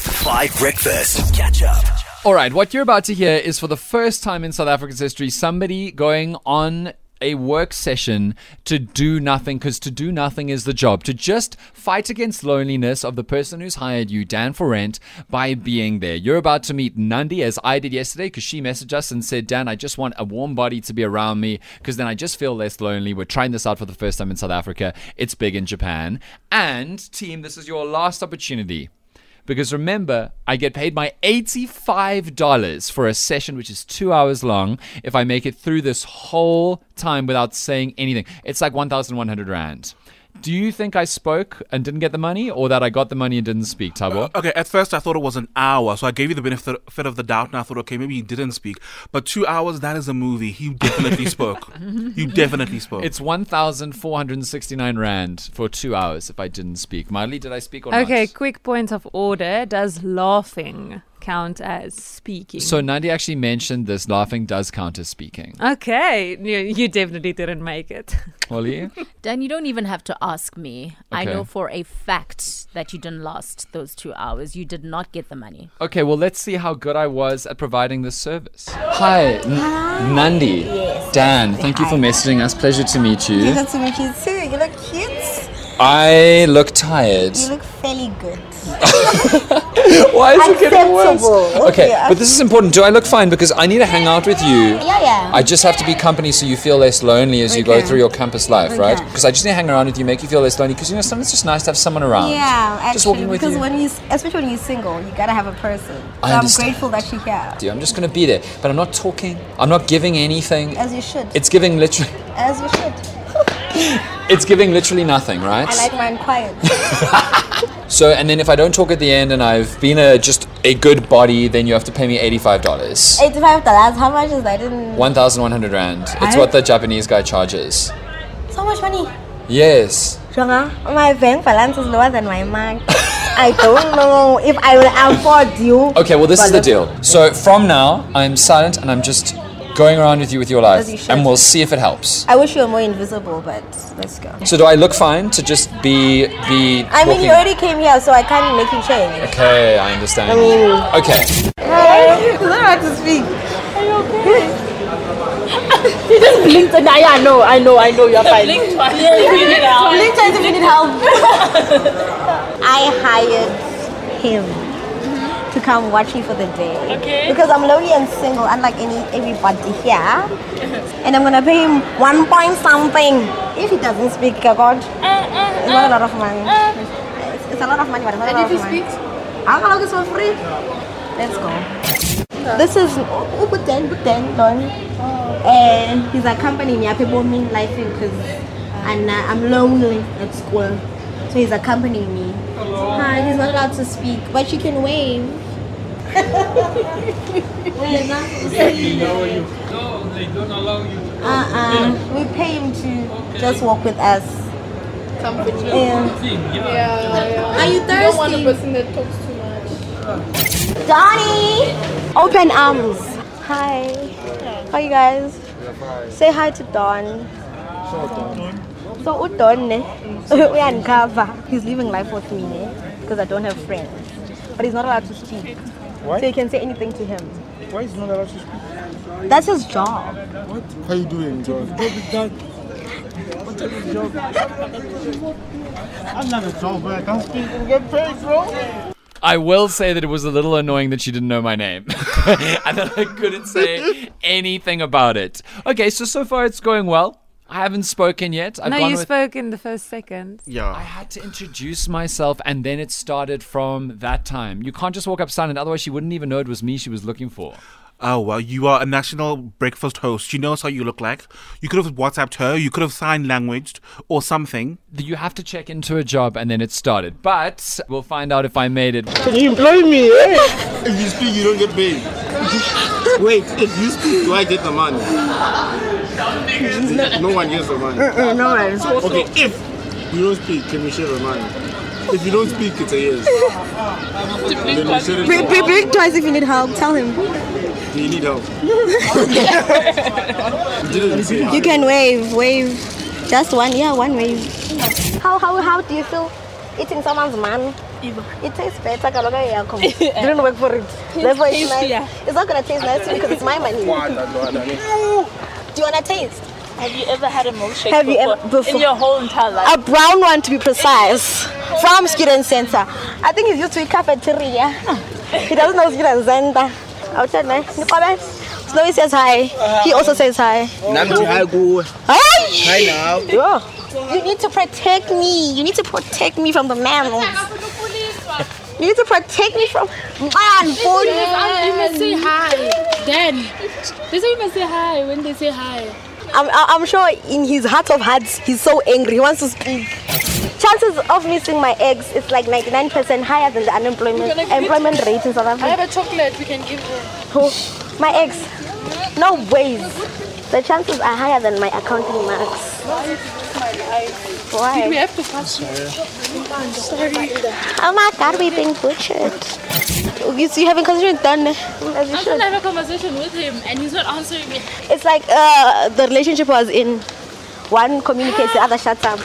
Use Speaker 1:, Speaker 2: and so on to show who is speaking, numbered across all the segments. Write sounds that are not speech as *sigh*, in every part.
Speaker 1: Five Breakfast. Catch up.
Speaker 2: All right, what you're about to hear is for the first time in South Africa's history somebody going on a work session to do nothing because to do nothing is the job. To just fight against loneliness of the person who's hired you, Dan for rent, by being there. You're about to meet Nandi as I did yesterday because she messaged us and said, Dan, I just want a warm body to be around me because then I just feel less lonely. We're trying this out for the first time in South Africa. It's big in Japan. And, team, this is your last opportunity. Because remember, I get paid my $85 for a session which is two hours long if I make it through this whole time without saying anything. It's like 1,100 Rand. Do you think I spoke and didn't get the money, or that I got the money and didn't speak, Tabo?
Speaker 3: Okay, at first I thought it was an hour, so I gave you the benefit benefit of the doubt, and I thought, okay, maybe he didn't speak. But two hours, that is a movie.
Speaker 2: *laughs*
Speaker 3: He definitely spoke. You definitely spoke.
Speaker 2: it's 1,469 Rand for two hours if I didn't speak. Miley, did I speak or
Speaker 4: Okay,
Speaker 2: not?
Speaker 4: quick point of order. Does laughing count as speaking?
Speaker 2: So Nandi actually mentioned this laughing does count as speaking.
Speaker 4: okay, you, you definitely didn't make it.
Speaker 2: Oli?
Speaker 5: Dan, you don't even have to ask me. I
Speaker 2: Okay.
Speaker 5: know for a fact that you didn't last those two hours. You did not get the money.
Speaker 2: Okay, well, let's see how good I was at providing this service. Hi, N- Nandi. Dan, thank you for messaging us. Pleasure to meet
Speaker 6: You
Speaker 2: you.
Speaker 6: got to meet you too. You look cute.
Speaker 2: I look tired.
Speaker 6: You look fairly good.
Speaker 2: Why is it getting worse?
Speaker 6: Acceptable.
Speaker 2: Okay,
Speaker 6: Yeah.
Speaker 2: but this is important. Do I look fine? Because I need to hang out with you.
Speaker 6: Yeah, yeah.
Speaker 2: I just have to be company so you feel less lonely as you go
Speaker 6: Okay.
Speaker 2: through your campus life, right?
Speaker 6: Okay.
Speaker 2: Because I just need to hang around with you, make you feel less lonely. Because you know, sometimes it's just nice to have someone around.
Speaker 6: yeah, actually,
Speaker 2: just walking with
Speaker 6: because
Speaker 2: you.
Speaker 6: when you, especially when you're single, you gotta have a person.
Speaker 2: I
Speaker 6: so I'm
Speaker 2: understand.
Speaker 6: grateful that you're here,
Speaker 2: I'm just gonna be there, but I'm not talking. I'm not giving anything.
Speaker 6: as you should.
Speaker 2: It's giving literally.
Speaker 6: as you should.
Speaker 2: It's giving literally nothing, right?
Speaker 6: I like mine
Speaker 2: *laughs*
Speaker 6: quiet.
Speaker 2: So, and then if I don't talk at the end and I've been a just a good body, then you have to pay me eighty-five dollars,
Speaker 6: Eighty-five dollars. How much is that? I didn't.
Speaker 2: one thousand one hundred rand. It's
Speaker 6: I-
Speaker 2: what the Japanese guy charges.
Speaker 6: So much money.
Speaker 2: Yes.
Speaker 6: Jonga, my bank balance is lower than my mark. I
Speaker 2: *laughs*
Speaker 6: don't know if I will afford you.
Speaker 2: Okay. Well, this
Speaker 6: But
Speaker 2: is the
Speaker 6: look,
Speaker 2: deal. So from now, I'm silent and I'm just going around with you with your life,
Speaker 6: As you should.
Speaker 2: and we'll see if it helps.
Speaker 6: I wish you were more invisible, but let's go.
Speaker 2: So do I look fine to just be be?
Speaker 6: I mean,
Speaker 2: walking-
Speaker 6: you already came here, so I can't make you change.
Speaker 2: Okay, I understand. Okay.
Speaker 6: Hey, you don't have to speak.
Speaker 7: blinked and I, I know, I know, I know you're fine.
Speaker 6: Blink twice if you need help. I hired him to come watch me for the day. Okay. Because I'm lonely and single, unlike any everybody here. And I'm gonna pay him one point something. If he doesn't speak, oh God, it's not a lot of money. It's- it's a lot of money, but it's not a lot of money. I'm gonna get for free. Let's go. This Oh. is oh, but then, but then, done. And he's accompanying me. I people mean life because and uh, I'm lonely at school. So he's accompanying me. Hi, he's not allowed to speak, but you can *laughs* wave. We're not Uh uh. We pay him to just walk with us. Yeah. Are you thirsty? Donnie! Open arms. Hi. How you guys? Say hi to Don. So Udon, ne? *laughs* we uncover. He's living life with me, ne? Because I don't have friends. But he's not allowed to speak. Why? So you can say anything to him.
Speaker 8: Why is not allowed to speak?
Speaker 6: That's his job.
Speaker 8: What are you doing, John? Job is that. What type of job? I'm not a job, but I can't speak and get paid, bro.
Speaker 2: I will say that it was a little annoying that she didn't know my name *laughs* and that I couldn't say anything about it. Okay, so so far it's going well. I haven't spoken yet. I've
Speaker 4: no,
Speaker 2: gone
Speaker 4: you
Speaker 2: with-
Speaker 4: spoke in the first second.
Speaker 2: I
Speaker 3: yeah.
Speaker 2: had to introduce myself, and then it started from that time. You can't just walk up silent, otherwise she wouldn't even know it was me she was looking for.
Speaker 3: Oh well, you are a national breakfast host. She knows how you look like. You could have WhatsApped her. You could have sign languaged or something.
Speaker 2: You have to check into a job, and then it started. But we'll find out if I made it.
Speaker 8: Can you employ me? Eh? If you speak, you don't get paid. *laughs* Wait, if you speak, do I get the money? no one gets the money.
Speaker 6: Uh, no worries.
Speaker 8: Okay, if you don't speak, can we share the money? If you don't speak, it's a yes. then we share it.
Speaker 6: Blink twice if you need help. Tell him.
Speaker 8: Do you need *laughs* help? you didn't say.
Speaker 6: You can wave, wave. Just one, yeah, one wave. How how how do you feel eating someone's man?
Speaker 7: evil.
Speaker 6: It tastes better, Kaloga Yako. Didn't work for it. Therefore, it's nice.
Speaker 7: tastier.
Speaker 6: It's not gonna taste nice to me because it's my money. *laughs* Do you wanna taste?
Speaker 7: Have you ever had a milkshake
Speaker 6: Have you
Speaker 7: before?
Speaker 6: ever- before?
Speaker 7: in your whole entire life?
Speaker 6: A brown one to be precise. From Student Center. I think it's used to a cafeteria. He doesn't know Student Center. I'll tell him. Snowy says hi. He also says hi. Hi!
Speaker 9: now.
Speaker 6: Yeah. You need to protect me. You need to protect me from the mammals. You need to protect me from man,
Speaker 10: Um, you must
Speaker 6: boy.
Speaker 10: say hi. Then they say you must say hi when they say hi.
Speaker 6: I'm, I- I'm sure in his heart of hearts, he's so angry. He wants to speak. Chances of missing my eggs is like 99% higher than the unemployment
Speaker 10: You're gonna
Speaker 6: employment rate in South
Speaker 10: I
Speaker 6: Africa.
Speaker 10: have a chocolate we can give her.
Speaker 6: Oh, my eggs, no ways. The chances are higher than my accounting marks.
Speaker 10: We
Speaker 6: Why?
Speaker 10: have to fast.
Speaker 6: Oh my God, we've been butchered. You see, having considered done as you
Speaker 10: I'm trying
Speaker 6: should.
Speaker 10: to have a conversation with him and he's not answering me.
Speaker 6: It's like uh, the relationship was in one communicates, the other shuts up.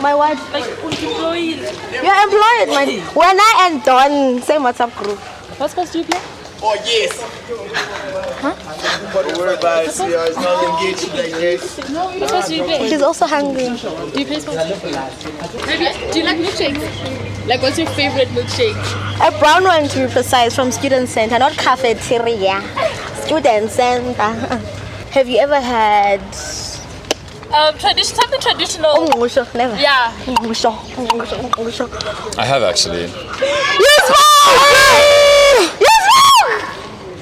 Speaker 6: My wife.
Speaker 10: Like, employee.
Speaker 6: You're employed, man. When I and Don, same WhatsApp group.
Speaker 10: What's supposed to be playing?
Speaker 9: Oh yes. But we're about to see us not engaged like this.
Speaker 10: What's supposed to be playing?
Speaker 6: She's also hungry.
Speaker 10: Do you play sports? Maybe, do you like milkshakes? Like, what's your favorite milkshake?
Speaker 6: A brown one, to be precise, from Student Center, not cafeteria. Student Center. *laughs* Have you ever had
Speaker 10: Um, tradition, something traditional.
Speaker 6: umngusho? Never.
Speaker 10: Oh, Yeah.
Speaker 6: Umngusho, umngusho, umngusho.
Speaker 11: I have actually.
Speaker 6: You spoke! You spoke!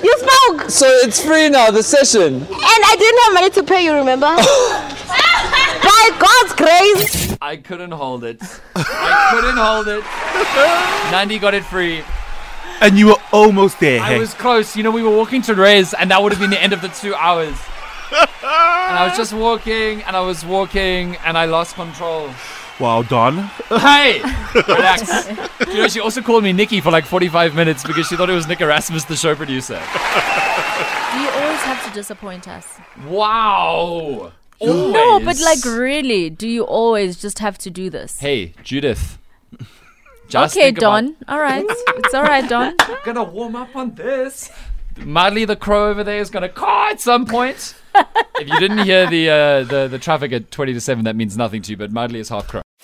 Speaker 6: You spoke!
Speaker 11: So it's free now, the session.
Speaker 6: And I didn't have money to pay
Speaker 11: *laughs*
Speaker 6: you, remember? By God's grace.
Speaker 2: I couldn't hold it. I couldn't hold it. Nandi got it free.
Speaker 3: And you were almost there.
Speaker 2: I was close. You know, we were walking to Rez, and that would have been the end of the two hours. And I was just walking, and I was walking, and I lost control.
Speaker 3: wow, Don.
Speaker 2: Hey, relax. you know, she also called me Nikki for like 45 minutes because she thought it was Nick Erasmus, the show producer.
Speaker 5: You always have to disappoint us.
Speaker 2: Wow. Always.
Speaker 5: No, but like really, do you always just have to do this?
Speaker 2: hey, Judith. Just
Speaker 5: okay,
Speaker 2: think about-
Speaker 5: Don. All right. It's all right, Don.
Speaker 2: gonna warm up on this. Madly the crow over there is gonna caw at some point. if you didn't hear the, uh, the the traffic at twenty to seven, that means nothing to you. But Madly is half crow.